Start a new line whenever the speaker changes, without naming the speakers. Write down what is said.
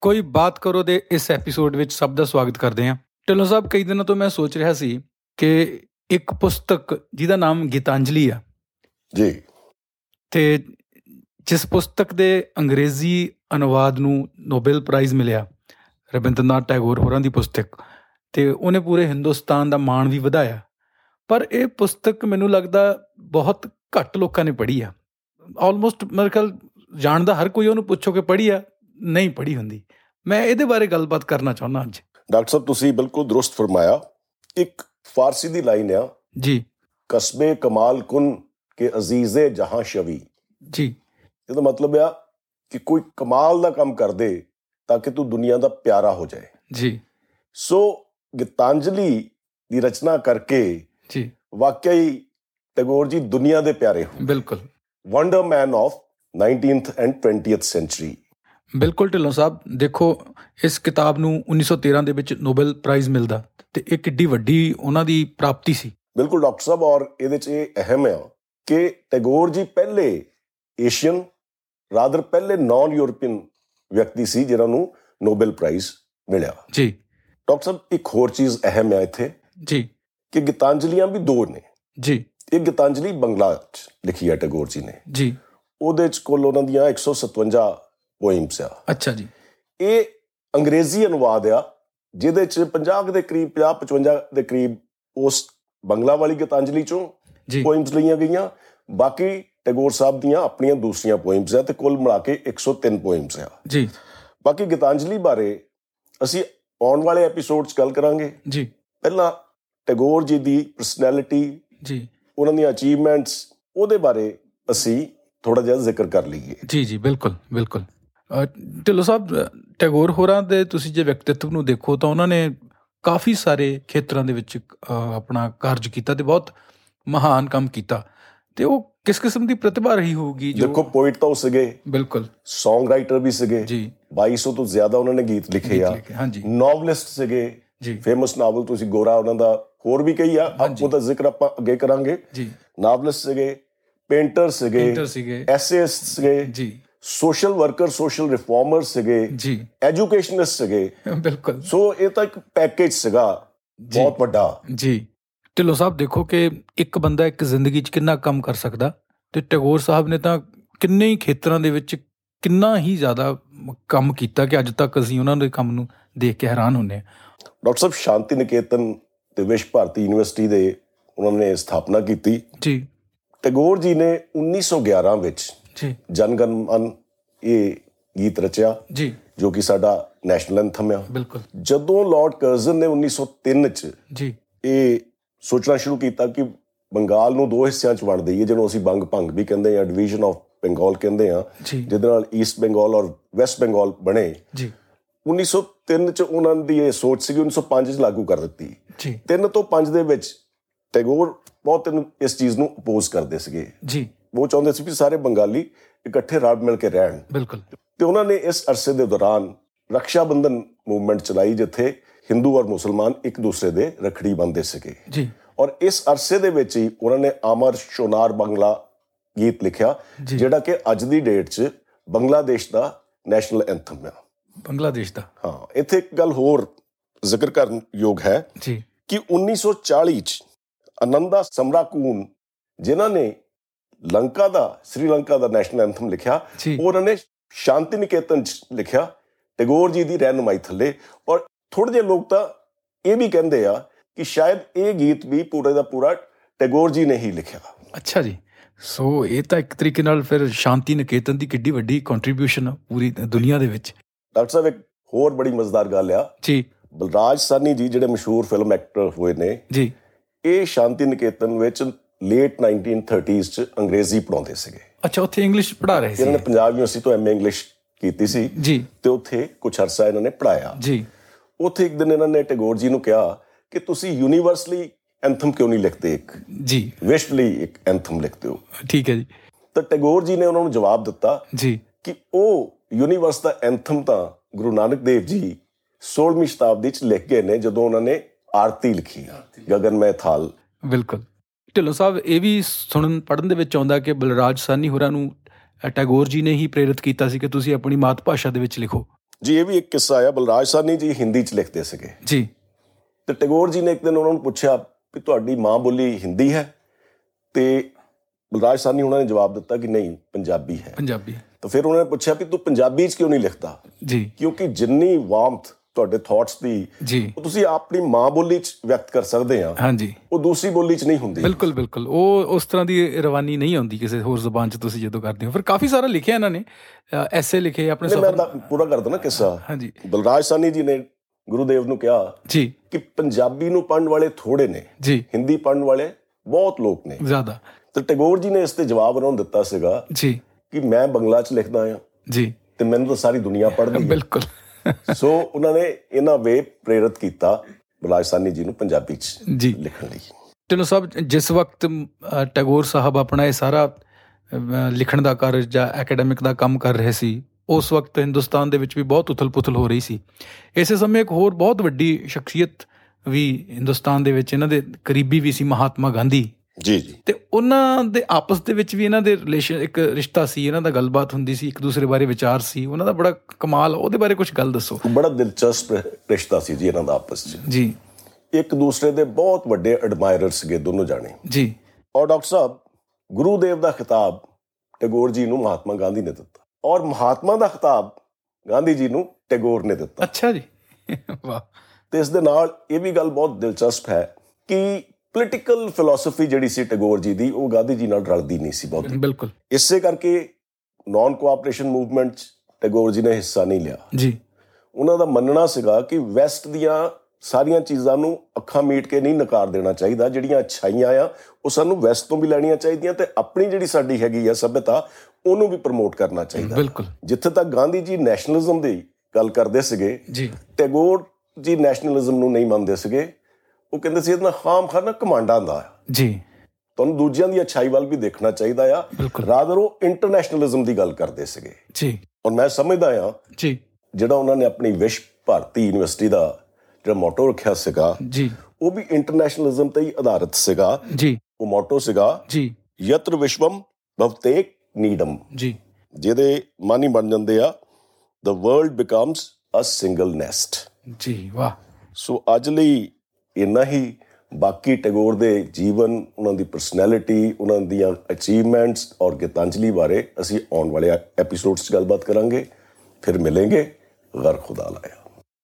ਕੋਈ ਬਾਤ ਕਰੋ ਦੇ ਇਸ ਐਪੀਸੋਡ ਵਿੱਚ ਸਭ ਦਾ ਸਵਾਗਤ ਕਰਦੇ ਹਾਂ ਢਿੱਲੋਂ ਸਾਹਿਬ ਕਈ ਦਿਨਾਂ ਤੋਂ ਮੈਂ ਸੋਚ ਰਿਹਾ ਸੀ ਕਿ ਇੱਕ ਪੁਸਤਕ ਜਿਹਦਾ ਨਾਮ ਗੀਤਾਂਜਲੀ ਆ
ਜੀ
ਤੇ ਜਿਸ ਪੁਸਤਕ ਦੇ ਅੰਗਰੇਜ਼ੀ ਅਨੁਵਾਦ ਨੂੰ ਨੋਬਲ ਪ੍ਰਾਈਜ਼ ਮਿਲਿਆ ਰਬਿੰਦਰਨਾਥ ਟੈਗੋਰ ਹੋਰਾਂ ਦੀ ਪੁਸਤਕ ਤੇ ਉਹਨੇ ਪੂਰੇ ਹਿੰਦੁਸਤਾਨ ਦਾ ਮਾਣ ਵੀ ਵਧਾਇਆ ਪਰ ਇਹ ਪੁਸਤਕ ਮੈਨੂੰ ਲੱਗਦਾ ਬਹੁਤ ਘੱਟ ਲੋਕਾਂ ਨੇ ਪੜ੍ਹੀ ਆ ਆਲਮੋਸਟ ਮੇਰੇ ਖਿਆਲ ਜਾਣਦਾ ਹਰ ਕੋਈ ਉਹਨੂੰ ਪੁੱਛੋ ਕਿ ਪੜ੍ਹੀ ਆ ਨਹੀਂ ਪੜ੍ਹੀ ਹੁੰਦੀ ਮੈਂ ਇਹਦੇ ਬਾਰੇ ਗੱਲਬਾਤ ਕਰਨਾ ਚਾਹੁੰਦਾ ਅੱਜ
ਡਾਕਟਰ ਸਾਹਿਬ ਤੁਸੀਂ ਬਿਲਕੁਲ ਦਰੁਸਤ ਫਰਮਾਇਆ ਇੱਕ ਫਾਰਸੀ ਦੀ ਲਾਈਨ ਆ
ਜੀ
ਕਸਬੇ ਕਮਾਲ ਕੁਨ ਕੇ ਅਜ਼ੀਜ਼ੇ ਜਹਾਂ ਸ਼ਵੀ
ਜੀ
ਇਹਦਾ ਮਤਲਬ ਆ ਕਿ ਕੋਈ ਕਮਾਲ ਦਾ ਕੰਮ ਕਰ ਦੇ ਤਾਂ ਕਿ ਤੂੰ ਦੁਨੀਆ ਦਾ ਪਿਆਰਾ ਹੋ ਜਾਏ
ਜੀ
ਸੋ ਗੀਤਾਂਜਲੀ ਦੀ ਰਚਨਾ ਕਰਕੇ
ਜੀ
ਵਾਕਈ ਟੈਗੋਰ ਜੀ ਦੁਨੀਆ ਦੇ ਪਿਆਰੇ ਹੋ
ਬਿਲਕੁਲ
wonder man of 19th and 20th century
ਬਿਲਕੁਲ ਢਿੱਲੋਂ ਸਾਹਿਬ ਦੇਖੋ ਇਸ ਕਿਤਾਬ ਨੂੰ 1913 ਦੇ ਵਿੱਚ ਨੋਬਲ ਪ੍ਰਾਈਜ਼ ਮਿਲਦਾ ਤੇ ਇਹ ਕਿੱਡੀ ਵੱਡੀ ਉਹਨਾਂ ਦੀ ਪ੍ਰਾਪਤੀ ਸੀ
ਬਿਲਕੁਲ ਡਾਕਟਰ ਸਾਹਿਬ ਔਰ ਇਹਦੇ 'ਚ ਇਹ ਅਹਿਮ ਹੈ ਕਿ ਟੈਗੋਰ ਜੀ ਪਹਿਲੇ ਏਸ਼ੀਅਨ ਰਾਦਰ ਪਹਿਲੇ ਨਾਨ ਯੂਰਪੀਅਨ ਵਿਅਕਤੀ ਸੀ ਜਿਨ੍ਹਾਂ ਨੂੰ ਨੋਬਲ ਪ੍ਰਾਈਜ਼ ਮਿਲਿਆ
ਜੀ
ਡਾਕਟਰ ਸਾਹਿਬ ਇੱਕ ਹੋਰ ਚੀਜ਼ ਅਹਿਮ ਹੈ ਇੱਥੇ
ਜੀ
ਕਿ ਗੀਤਾਂਜਲੀਆਂ ਵੀ ਦੋ ਨੇ
ਜੀ
ਇੱਕ ਗੀਤਾਂਜਲੀ ਬੰਗਲਾ 'ਚ ਲਿਖੀ ਹੈ ਟੈਗੋਰ ਜੀ ਨੇ
ਜੀ
ਉਹਦੇ 'ਚ ਕੁੱਲ ਉਹਨਾਂ ਦੀਆਂ 157 ਪੋਇਮਸ ਆ
ਅੱਛਾ ਜੀ
ਇਹ ਅੰਗਰੇਜ਼ੀ ਅਨੁਵਾਦ ਆ ਜਿਹਦੇ 'ਚ 50 ਕੁ ਦੇ ਕਰੀਬ 50 55 ਦੇ ਕਰੀਬ ਉਸ ਬੰਗਲਾ ਵਾਲੀ ਗੀਤਾਂਜਲੀ 'ਚੋਂ
ਜੀ
ਪੋਇਮਸ ਲਈਆਂ ਗਈਆਂ ਬਾਕੀ ਟੈਗੋਰ ਸਾਹਿਬ ਦੀਆਂ ਆਪਣੀਆਂ ਦੂਸਰੀਆਂ ਪੋਇਮਸ ਆ ਤੇ ਕੁੱਲ ਮਿਲਾ ਕੇ 103 ਪੋਇਮਸ ਆ
ਜੀ
ਬਾਕੀ ਗੀਤਾਂਜਲੀ ਬਾਰੇ ਅਸੀਂ ਆਉਣ ਵਾਲੇ ਐਪੀਸੋਡਸ ਗੱਲ ਕਰਾਂਗੇ
ਜੀ
ਪਹਿਲਾਂ ਟੈਗੋਰ ਜੀ ਦੀ ਪਰਸਨੈਲਿਟੀ
ਜੀ
ਉਹਨਾਂ ਦੀਆਂ ਅਚੀਵਮੈਂਟਸ ਉਹਦੇ ਬਾਰੇ ਅਸੀਂ ਥੋੜਾ ਜਿਹਾ ਜ਼ਿਕਰ ਕਰ ਲਈਏ
ਜੀ ਜੀ ਬਿਲਕੁਲ ਬਿਲਕੁਲ ਅ, ਢਿੱਲੋਂ ਸਾਹਿਬ ਅ, ਟੈਗੋਰ ਹੋਰਾਂ ਦੇ ਤੁਸੀਂ ਜੇ ਵਿਅਕਤੀਤਵ ਨੂੰ ਦੇਖੋ ਤਾਂ ਉਹਨਾਂ ਨੇ ਕਾਫੀ ਸਾਰੇ ਖੇਤਰਾਂ ਦੇ ਵਿੱਚ ਅ, ਆਪਣਾ ਕਾਰਜ ਕੀਤਾ ਤੇ ਬਹੁਤ ਮਹਾਨ ਕੰਮ ਕੀਤਾ ਤੇ ਉਹ ਕਿਸ ਕਿਸਮ ਦੀ ਪ੍ਰਤਿਭਾ ਰਹੀ ਹੋਊਗੀ
ਦੇਖੋ
ਜੋ
ਪੋਇਟ ਤਾਂ ਉਹ ਸੀਗੇ
ਬਿਲਕੁਲ
Song ਰਾਈਟਰ ਵੀ ਸੀਗੇ
ਜੀ
2200 ਤੋਂ ਜ਼ਿਆਦਾ ਉਹਨਾਂ ਨੇ ਗੀਤ ਲਿਖੇ ਆ
ਹਾਂਜੀ
ਨੋਵਲਿਸਟ ਸੀਗੇ
ਜੀ
ਫੇਮਸ ਨਾਵਲ ਤੁਸੀਂ ਗੋਰਾ ਉਹਨਾਂ ਦਾ ਹੋਰ ਵੀ ਕਈ ਆ ਆਪ-
ਹਾਂਜੀ।
ਉਹਦਾ ਜ਼ਿਕਰ ਆਪਾਂ ਅੱਗੇ ਕਰਾਂਗੇ
ਜੀ
ਨਾਵਲਿਸਟ ਸੀਗੇ ਪੇਂਟਰ ਸੀਗੇ
ਪੇਂਟਰ ਸੀਗੇ
ਐਸੇਇਸਟ ਸੀਗੇ
ਜੀ
ਸੋਸ਼ਲ ਵਰਕਰ ਸੋਸ਼ਲ ਰਿਫਾਰਮਰ ਸੀਗੇ
ਜੀ
ਐਜੂਕੇਸ਼ਨਿਸਟ ਸੀਗੇ
ਬਿਲਕੁਲ
ਸੋ ਇਹ ਤਾਂ ਇੱਕ ਪੈਕੇਜ ਸੀਗਾ
ਜੀ
ਬਹੁਤ ਵੱਡਾ
ਜੀ ਢਿੱਲੋਂ ਸਾਹਿਬ ਦੇਖੋ ਕਿ ਇੱਕ ਬੰਦਾ ਇੱਕ ਜ਼ਿੰਦਗੀ 'ਚ ਕਿੰਨਾ ਕੰਮ ਕਰ ਸਕਦਾ ਤੇ ਟੈਗੋਰ ਸਾਹਿਬ ਨੇ ਤਾਂ ਕਿੰਨੇ ਹੀ ਖੇਤਰਾਂ ਦੇ ਵਿੱਚ ਕਿੰਨਾ ਹੀ ਜ਼ਿਆਦਾ ਮ- ਕੰਮ ਕੀਤਾ ਕਿ ਅੱਜ ਤੱਕ ਅਸੀਂ ਉਹਨਾਂ ਦੇ ਕੰਮ ਨੂੰ ਦੇਖ ਕੇ ਹੈਰਾਨ ਹੁੰਦੇ ਹਾਂ
ਡਾਕਟਰ ਸਾਹਿਬ ਸ਼ਾਂਤੀ ਨਿਕੇਤਨ ਤੇ ਵਿਸ਼ਵ ਭਾਰਤੀ ਯੂਨੀਵਰਸਿਟੀ ਦੇ ਉਹਨਾਂ ਨੇ ਸਥਾਪਨਾ ਕੀਤੀ
ਜੀ
ਟੈਗੋਰ ਜੀ ਨੇ 1911 ਵਿੱਚ
ਜੀ
ਜਨ ਗਣ ਮਨ ਇਹ ਗੀਤ ਰਚਿਆ
ਜੀ
ਜੋ ਕਿ ਸਾਡਾ ਨੈਸ਼ਨਲ ਐਂਥਮ ਆ
ਬਿਲਕੁਲ
ਜਦੋਂ ਲਾਰਡ ਕਰਜ਼ਨ ਨੇ 1903 ਚ
ਜੀ
ਇਹ ਸੋਚਣਾ ਸ਼ੁਰੂ ਕੀਤਾ ਕਿ ਬੰਗਾਲ ਨੂੰ ਦੋ ਹਿੱਸਿਆਂ ਚ ਵੰਡ ਦਈਏ ਜਿਹਨੂੰ ਅਸੀਂ ਬੰਗ ਭੰਗ ਵੀ ਕਹਿੰਦੇ ਆ ਡਿਵੀਜ਼ਨ ਆਫ ਬੰਗਾਲ ਕਹਿੰਦੇ ਆ
ਜੀ
ਜਿਹਦੇ ਨਾਲ ਈਸਟ ਬੰਗਾਲ ਔਰ ਵੈਸਟ ਬੰਗਾਲ ਬਣੇ
ਜੀ
1903 ਚ ਉਹਨਾਂ ਦੀ ਇਹ ਸੋਚ ਸੀ 1905 ਚ ਲਾਗੂ ਕਰ ਦਿੱਤੀ
ਜੀ
3 ਤੋਂ 5 ਦੇ ਵਿੱਚ ਟੈਗੋਰ ਬਹੁਤ ਇਹਨੂੰ- ਇਸ ਚੀਜ਼ ਨੂੰ ਅਪੋਜ਼ ਕਰਦੇ ਸੀਗੇ
ਜੀ
ਉਹ ਚਾਹੁੰਦੇ ਸੀ ਵੀ ਸਾਰੇ ਬੰਗਾਲੀ ਇਕੱਠੇ ਰਲ ਮਿਲ ਕੇ ਰਹਿਣ
ਬਿਲਕੁਲ
ਤੇ ਉਹਨਾਂ ਨੇ ਇਸ ਅਰਸੇ ਦੇ ਦੌਰਾਨ ਰਕਸ਼ਾ ਬੰਧਨ ਮੂਵਮੈਂਟ ਚਲਾਈ ਜਿੱਥੇ ਹਿੰਦੂ ਔਰ ਮੁਸਲਮਾਨ ਇੱਕ ਦੂਸਰੇ ਦੇ ਰਖੜੀ ਬੰਨ੍ਹਦੇ ਸੀਗੇ
ਜੀ
ਔਰ ਇਸ ਅਰਸੇ ਦੇ ਵਿੱਚ ਹੀ ਉਹਨਾਂ ਨੇ ਆਮਰ ਸ਼ੋਨਾਰ ਬੰਗਲਾ ਗੀਤ ਲਿਖਿਆ
ਜੀ
ਜਿਹੜਾ ਕਿ ਅੱਜ ਦੀ ਡੇਟ 'ਚ ਬੰਗਲਾਦੇਸ਼ ਦਾ ਨੈਸ਼ਨਲ ਐਂਥਮ ਹੈ
ਬੰਗਲਾਦੇਸ਼ ਦਾ
ਹਾਂ ਇੱਥੇ ਇੱਕ ਗੱਲ ਹੋਰ ਜ਼ਿਕਰ ਕਰਨ ਯੋਗ ਹੈ
ਜੀ
ਕਿ 1940 'ਚ ਆਨੰਦਾ ਸਮਰਾਕੂਨ ਜਿਨ੍ਹਾਂ ਨੇ ਲੰਕਾ ਦਾ ਸ੍ਰੀਲੰਕਾ ਦਾ ਨੈਸ਼ਨਲ ਐਂਥਮ ਲਿਖਿਆ
ਜੀ
ਉਹਨਾਂ ਨੇ ਸ਼ਾਂਤੀ ਨਿਕੇਤਨ ਚ ਲਿਖਿਆ ਟੈਗੋਰ ਜੀ ਦੀ ਰਹਿਨੁਮਾਈ ਥੱਲੇ ਔਰ ਥੋੜੇ ਜਿਹੇ ਲੋਕ ਤਾਂ ਇਹ ਵੀ ਕਹਿੰਦੇ ਆ ਕਿ ਸ਼ਾਇਦ ਇਹ ਗੀਤ ਵੀ ਪੂਰੇ ਦਾ ਪੂਰਾ ਟੈਗੋਰ ਜੀ ਨੇ ਹੀ ਲਿਖਿਆ
ਅੱਛਾ ਜੀ ਸੋ ਇਹ ਤਾਂ ਇੱਕ ਤਰੀਕੇ ਨਾਲ ਫਿਰ ਸ਼ਾਂਤੀ ਨਿਕੇਤਨ ਦੀ ਕਿੱਡੀ ਵੱਡੀ ਕੰਟਰੀਬਿਊਸ਼ਨ ਆ ਪੂਰੀ ਦੁਨੀਆ ਦੇ ਵਿੱਚ
ਡਾਕਟਰ ਸਾਹਿਬ ਇੱਕ ਹੋਰ ਬੜੀ ਮਜ਼ੇਦਾਰ ਗੱਲ ਆ
ਜੀ
ਬਲਰਾਜ ਸਾਨੀ ਜੀ ਜਿਹੜੇ ਮਸ਼ਹੂਰ ਫਿਲਮ ਐਕਟਰ ਹੋਏ ਨੇ
ਜੀ
ਇਹ ਸ਼ਾਂਤੀ ਨਿਕੇਤਨ ਵਿੱਚ ਲੇਟ 1930s ਚ ਅੰਗਰੇਜ਼ੀ ਪੜਾਉਂਦੇ ਸੀਗੇ
ਅੱਛਾ ਉੱਥੇ ਇੰਗਲਿਸ਼ ਪੜਾ ਰਹੇ
ਇਹਨਾਂ
ਸੀ
ਨੇ ਪੰਜਾਬ ਯੂਨੀਵਰਸਿਟੀ ਤੋਂ ਐਮਏ ਇੰਗਲਿਸ਼ ਕੀਤੀ ਸੀ
ਜੀ
ਤੇ ਉੱਥੇ ਕੁਝ ਅਰਸਾ ਇਹਨਾਂ ਨੇ ਪੜਾਇਆ
ਜੀ
ਉੱਥੇ ਇੱਕ ਦਿਨ ਇਹਨਾਂ ਨੇ ਟੈਗੋਰ ਜੀ ਨੂੰ ਕਿਹਾ ਕਿ ਤੁਸੀਂ ਯੂਨੀਵਰਸਲੀ ਐਂਥਮ ਕਿਉਂ ਨਹੀਂ ਲਿਖਦੇ ਇੱਕ
ਜੀ
ਵਿਸ਼ਵ ਲਈ ਇੱਕ ਐਂਥਮ ਲਿਖਦੇ ਹੋ
ਠੀਕ ਹੈ ਜੀ
ਤਾਂ ਟੈਗੋਰ ਜੀ ਨੇ ਉਹਨਾਂ ਨੂੰ ਜਵਾਬ ਦਿੱਤਾ
ਜੀ
ਕਿ ਉਹ ਯੂਨੀਵਰਸ ਦਾ ਐਂਥਮ ਤਾਂ ਗੁਰੂ ਨਾਨਕ ਦੇਵ ਜੀ 16ਵੀਂ ਸ਼ਤਾਬਦੀ ਚ ਲਿਖ ਗਏ ਨੇ ਜਦੋਂ ਉਹਨਾਂ ਨੇ ਆਰਤੀ ਲਿਖੀ ਗਗਨ ਮੈਂ ਥਾਲ
ਬਿਲਕੁਲ ਢਿੱਲੋਂ ਸਾਹਿਬ ਇਹ ਵੀ ਸੁਣਨ ਪੜਨ ਦੇ ਵਿੱਚ ਆਉਂਦਾ ਕਿ ਬਲਰਾਜ ਸਾਨੀ ਹੋਰਾਂ ਨੂੰ ਅ, ਟੈਗੋਰ ਜੀ ਨੇ ਹੀ ਪ੍ਰੇਰਿਤ ਕੀਤਾ ਸੀ ਕਿ ਤੁਸੀਂ ਆਪਣੀ ਮਾਤ ਭਾਸ਼ਾ ਦੇ ਵਿੱਚ ਲਿਖੋ
ਜੀ ਇਹ ਵੀ ਇੱਕ ਕਿੱਸਾ ਆਇਆ ਬਲਰਾਜ ਸਾਨੀ ਜੀ ਹਿੰਦੀ ਚ ਲਿਖਦੇ ਸੀਗੇ
ਜੀ
ਤੇ ਟੈਗੋਰ ਜੀ ਨੇ ਇੱਕ ਦਿਨ ਉਹਨਾਂ ਨੂੰ ਪੁੱਛਿਆ ਕਿ ਤੁਹਾਡੀ ਮਾਂ ਬੋਲੀ ਹਿੰਦੀ ਹੈ ਤੇ ਬਲਰਾਜ ਸਾਨੀ ਉਹਨਾਂ ਨੇ ਜਵਾਬ ਦਿੱਤਾ ਕਿ ਨਹੀਂ ਪੰਜਾਬੀ ਹੈ
ਪੰਜਾਬੀ
ਤਾਂ ਫਿਰ ਉਹਨਾਂ ਨੇ ਪੁੱਛਿਆ ਕਿ ਤੂੰ ਪੰਜਾਬੀ ਚ ਕਿਉਂ ਨਹੀਂ ਲਿਖਦਾ
ਜੀ
ਕਿਉਂਕਿ ਜਿੰਨੀ ਵਾਰਮਥ ਤੁਹਾਡੇ ਥਾਟਸ ਦੀ
ਜੀ
ਉਹ ਤੁਸੀਂ ਆਪਣੀ ਮਾਂ ਬੋਲੀ ਚ ਵਿਅਕਤ ਕਰ ਸਕਦੇ ਆ
ਹਾਂਜੀ
ਉਹ ਦੂਸਰੀ ਬੋਲੀ ਚ ਨਹੀਂ ਹੁੰਦੀ
ਬਿਲਕੁਲ ਬਿਲਕੁਲ ਉਹ ਉਸ ਤਰ੍ਹਾਂ ਦੀ ਰਵਾਨੀ ਨਹੀਂ ਆਉਂਦੀ ਕਿਸੇ ਹੋਰ ਜ਼ੁਬਾਨ 'ਚ ਤੁਸੀਂ ਜਦੋਂ ਕਰਦੇ ਹੋ ਫਿਰ ਕਾਫੀ ਸਾਰਾ ਲਿਖਿਆ ਇਹਨਾਂ ਨੇ ਐਸੇ ਲਿਖੇ ਆਪਣੇ
ਨਹੀਂ, ਮੈਂ
ਸਫਰ
ਤਾਂ ਪੂਰਾ ਕਰਦਾ ਨਾ ਕਿੱਸਾ
ਹਾਂਜੀ
ਬਲਰਾਜ ਸਾਨੀ ਜੀ ਨੇ ਗੁਰੂਦੇਵ ਨੂੰ ਕਿਹਾ
ਜੀ
ਕਿ ਪੰਜਾਬੀ ਨੂੰ ਪੜਨ ਵਾਲੇ ਥੋੜੇ ਨੇ
ਜੀ
ਹਿੰਦੀ ਪੜਨ ਵਾਲੇ ਬਹੁਤ ਲੋਕ ਨੇ
ਜ਼ਿਆਦਾ
ਤੇ ਟੈਗੋਰ ਜੀ ਨੇ ਇਸ ਤੇ ਜਵਾਬ ਉਹਨਾਂ ਨੂੰ ਦਿੱਤਾ ਸੀਗਾ
ਜੀ
ਕਿ ਮੈਂ ਬੰਗਲਾ ਚ ਲਿਖਦਾ ਆ
ਜੀ
ਤੇ ਮੈਨੂੰ ਤਾਂ ਸਾਰੀ ਦੁਨੀਆ ਪੜ੍ਹਦੀ ਹੈ
ਬਿਲਕੁਲ
ਸੋ ਉਹਨਾਂ ਨੇ ਇਹਨਾਂ ਵੇ ਪ੍ਰੇਰਿਤ ਕੀਤਾ ਬਲਰਾਜ ਸਾਨੀ ਜੀ ਨੂੰ ਪੰਜਾਬੀ ਚ
ਜੀ
ਲਿਖਣ ਲਈ
ਚਲੋ ਸਾਹਿਬ ਜਿਸ ਵਕਤ ਅ, ਟੈਗੋਰ ਸਾਹਿਬ ਆਪਣਾ ਇਹ ਸਾਰਾ ਅ, ਲਿਖਣ ਦਾ ਕਾਰਜ ਜਾਂ ਐਕੈਡੈਮਿਕ ਦਾ ਕੰਮ ਕਰ ਰਹੇ ਸੀ ਉਸ ਵਕਤ ਹਿੰਦੁਸਤਾਨ ਦੇ ਵਿੱਚ ਵੀ ਬਹੁਤ ਉਥਲ-ਪੁਥਲ ਹੋ ਰਹੀ ਸੀ ਇਸੇ ਸਮੇਂ ਇੱਕ ਹੋਰ ਬਹੁਤ ਵੱਡੀ ਸ਼ਖਸੀਅਤ ਵੀ ਹਿੰਦੁਸਤਾਨ ਦੇ ਵਿੱਚ ਇਹਨਾਂ ਦੇ ਕਰੀਬੀ ਵੀ ਸੀ ਮਹਾਤਮਾ ਗਾਂਧੀ
ਜੀ ਜੀ
ਤੇ ਉਹਨਾਂ ਦੇ ਆਪਸ ਦੇ ਵਿੱਚ ਵੀ ਇਹਨਾਂ ਦੇ ਰਿਲੇਸ਼ਨ ਇੱਕ ਰਿਸ਼ਤਾ ਸੀ ਇਹਨਾਂ ਦਾ ਗੱਲਬਾਤ ਹੁੰਦੀ ਸੀ ਇੱਕ ਦੂਸਰੇ ਬਾਰੇ ਵਿਚਾਰ ਸੀ ਉਹਨਾਂ ਦਾ ਬੜਾ ਕਮਾਲ ਉਹਦੇ ਬਾਰੇ ਕੁਝ ਗੱਲ ਦੱਸੋ
ਬੜਾ ਦਿਲਚਸਪ ਰਿਸ਼ਤਾ ਸੀ ਜੀ ਇਹਨਾਂ ਦਾ ਆਪਸ ਚ
ਜੀ
ਇੱਕ ਦੂਸਰੇ ਦੇ ਬਹੁਤ ਵੱਡੇ ਐਡਮਾਇਰਰ ਸੀਗੇ ਦੋਨੋਂ ਜਾਣੇ
ਜੀ
ਔਰ ਡਾਕਟਰ ਸਾਹਿਬ ਗੁਰੂਦੇਵ ਦਾ ਖਿਤਾਬ ਟੈਗੋਰ ਜੀ ਨੂੰ ਮਹਾਤਮਾ ਗਾਂਧੀ ਨੇ ਦਿੱਤਾ ਔਰ ਮਹਾਤਮਾ ਦਾ ਖਿਤਾਬ ਗਾਂਧੀ ਜੀ ਨੂੰ ਟੈਗੋਰ ਨੇ ਦਿੱਤਾ
ਅੱਛਾ ਜੀ ਵਾਹ
ਤੇ ਇਸ ਦੇ ਨਾਲ ਇਹ ਵੀ ਗੱਲ ਬਹੁਤ ਦਿਲਚਸਪ ਹੈ ਕਿ ਪੋਲੀਟੀਕਲ ਫਿਲਾਸਫੀ ਜਿਹੜੀ ਸੀ ਟੈਗੋਰ ਜੀ ਦੀ ਉਹ ਗਾਂਧੀ ਜੀ ਨਾਲ ਰਲਦੀ ਨਹੀਂ ਸੀ ਬਹੁਤ
ਬਿਲਕੁਲ
ਇਸੇ ਕਰਕੇ ਨਾਨ ਕੋਆਪਰੇਸ਼ਨ ਮੂਵਮੈਂਟ 'ਚ ਟੈਗੋਰ ਜੀ ਨੇ ਹਿੱਸਾ ਨਹੀਂ ਲਿਆ
ਜੀ
ਉਹਨਾਂ ਦਾ ਮੰਨਣਾ ਸੀਗਾ ਕਿ ਵੈਸਟ ਦੀਆਂ ਸਾਰੀਆਂ ਚੀਜ਼ਾਂ ਨੂੰ ਅੱਖਾਂ ਮੀਟ ਕੇ ਨਹੀਂ ਨਕਾਰ ਦੇਣਾ ਚਾਹੀਦਾ ਜਿਹੜੀਆਂ ਅੱਛਾਈਆਂ ਆ ਉਹ ਸਾਨੂੰ ਵੈਸਟ ਤੋਂ ਵੀ ਲੈਣੀਆਂ ਚਾਹੀਦੀਆਂ ਤੇ ਆਪਣੀ ਜਿਹੜੀ ਸਾਡੀ ਹੈਗੀ ਆ ਸਭਿਅਤਾ ਉਹਨੂੰ ਵੀ ਪ੍ਰਮੋਟ ਕਰਨਾ ਚਾਹੀਦਾ
ਬਿਲਕੁਲ
ਜਿੱਥੇ ਤੱਕ ਗਾਂਧੀ ਜੀ ਨੈਸ਼ਨਲਿਜ਼ਮ ਦੀ ਗੱਲ ਕਰਦੇ ਸੀਗੇ
ਜੀ
ਟੈਗੋਰ ਜੀ ਨੈਸ਼ਨਲਿਜ਼ਮ ਨੂੰ ਨਹੀਂ ਮੰਨਦੇ ਸੀਗੇ ਉਹ ਕਹਿੰਦੇ ਸੀ ਇਹਨਾਂ ਖਾਮ ਖਾਨਾ ਕਮਾਂਡਾਂ ਦਾ ਆ।
ਜੀ
ਤੁਹਾਨੂੰ ਦੂਜਿਆਂ ਦੀ ਅੱਛਾਈ ਵੱਲ ਵੀ ਦੇਖਣਾ ਚਾਹੀਦਾ ਆ
ਬਿਲਕੁਲ
ਰਾਦਰ ਉਹ ਇੰਟਰਨੈਸ਼ਨਲਿਜ਼ਮ ਦੀ ਗੱਲ ਕਰਦੇ ਸੀਗੇ
ਜੀ
ਔਰ ਮੈਂ ਸਮਝਦਾ ਆ
ਜੀ
ਜਿਹੜਾ ਉਹਨਾਂ ਨੇ ਆਪਣੀ ਵਿਸ਼ਵ ਭਾਰਤੀ ਯੂਨੀਵਰਸਿਟੀ ਦਾ ਜਿਹੜਾ ਮੋਟੋ ਰੱਖਿਆ ਸੀਗਾ
ਜੀ
ਉਹ ਵੀ ਇੰਟਰਨੈਸ਼ਨਲਿਜ਼ਮ ਤੇ ਹੀ ਆਧਾਰਿਤ ਸੀਗਾ
ਜੀ
ਉਹ ਮੋਟੋ ਸੀਗਾ
ਜੀ
ਯਤਰ ਵਿਸ਼ਵਮ ਭਵਤੇਕ ਨੀਡਮ
ਜੀ
ਜਿਹਦੇ ਮਾਨੀ ਬਣ ਜਾਂਦੇ ਆ the world becomes a single nest
ਜੀ ਵਾਹ
ਸੋ ਅੱਜ ਲਈ ਇੰਨਾ ਹੀ ਬਾਕੀ ਟੈਗੋਰ ਦੇ ਜੀਵਨ ਉਹਨਾਂ ਦੀ ਪਰਸਨੈਲਿਟੀ ਉਹਨਾਂ ਦੀਆਂ ਅਚੀਵਮੈਂਟਸ ਔਰ ਗੀਤਾਂਜਲੀ ਬਾਰੇ ਅਸੀਂ ਆਉਣ ਵਾਲੇ ਐਪੀਸੋਡਸ 'ਚ ਗੱਲਬਾਤ ਕਰਾਂਗੇ ਫਿਰ ਮਿਲਾਂਗੇ ਗਰ ਖੁਦਾ ਲਾਇਆ